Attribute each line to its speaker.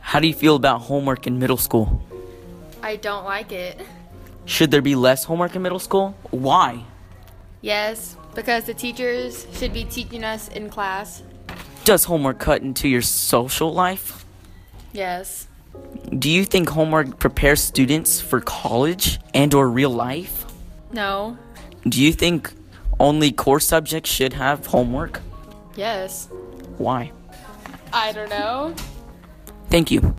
Speaker 1: How do you feel about homework in middle school?
Speaker 2: I don't like it.
Speaker 1: Should there be less homework in middle school? Why?
Speaker 2: Yes, because the teachers should be teaching us in class.
Speaker 1: Does homework cut into your social life?
Speaker 2: Yes.
Speaker 1: Do you think homework prepares students for college and or real life?
Speaker 2: No.
Speaker 1: Do you think only core subjects should have homework?
Speaker 2: Yes.
Speaker 1: Why?
Speaker 2: I don't know.
Speaker 1: Thank you.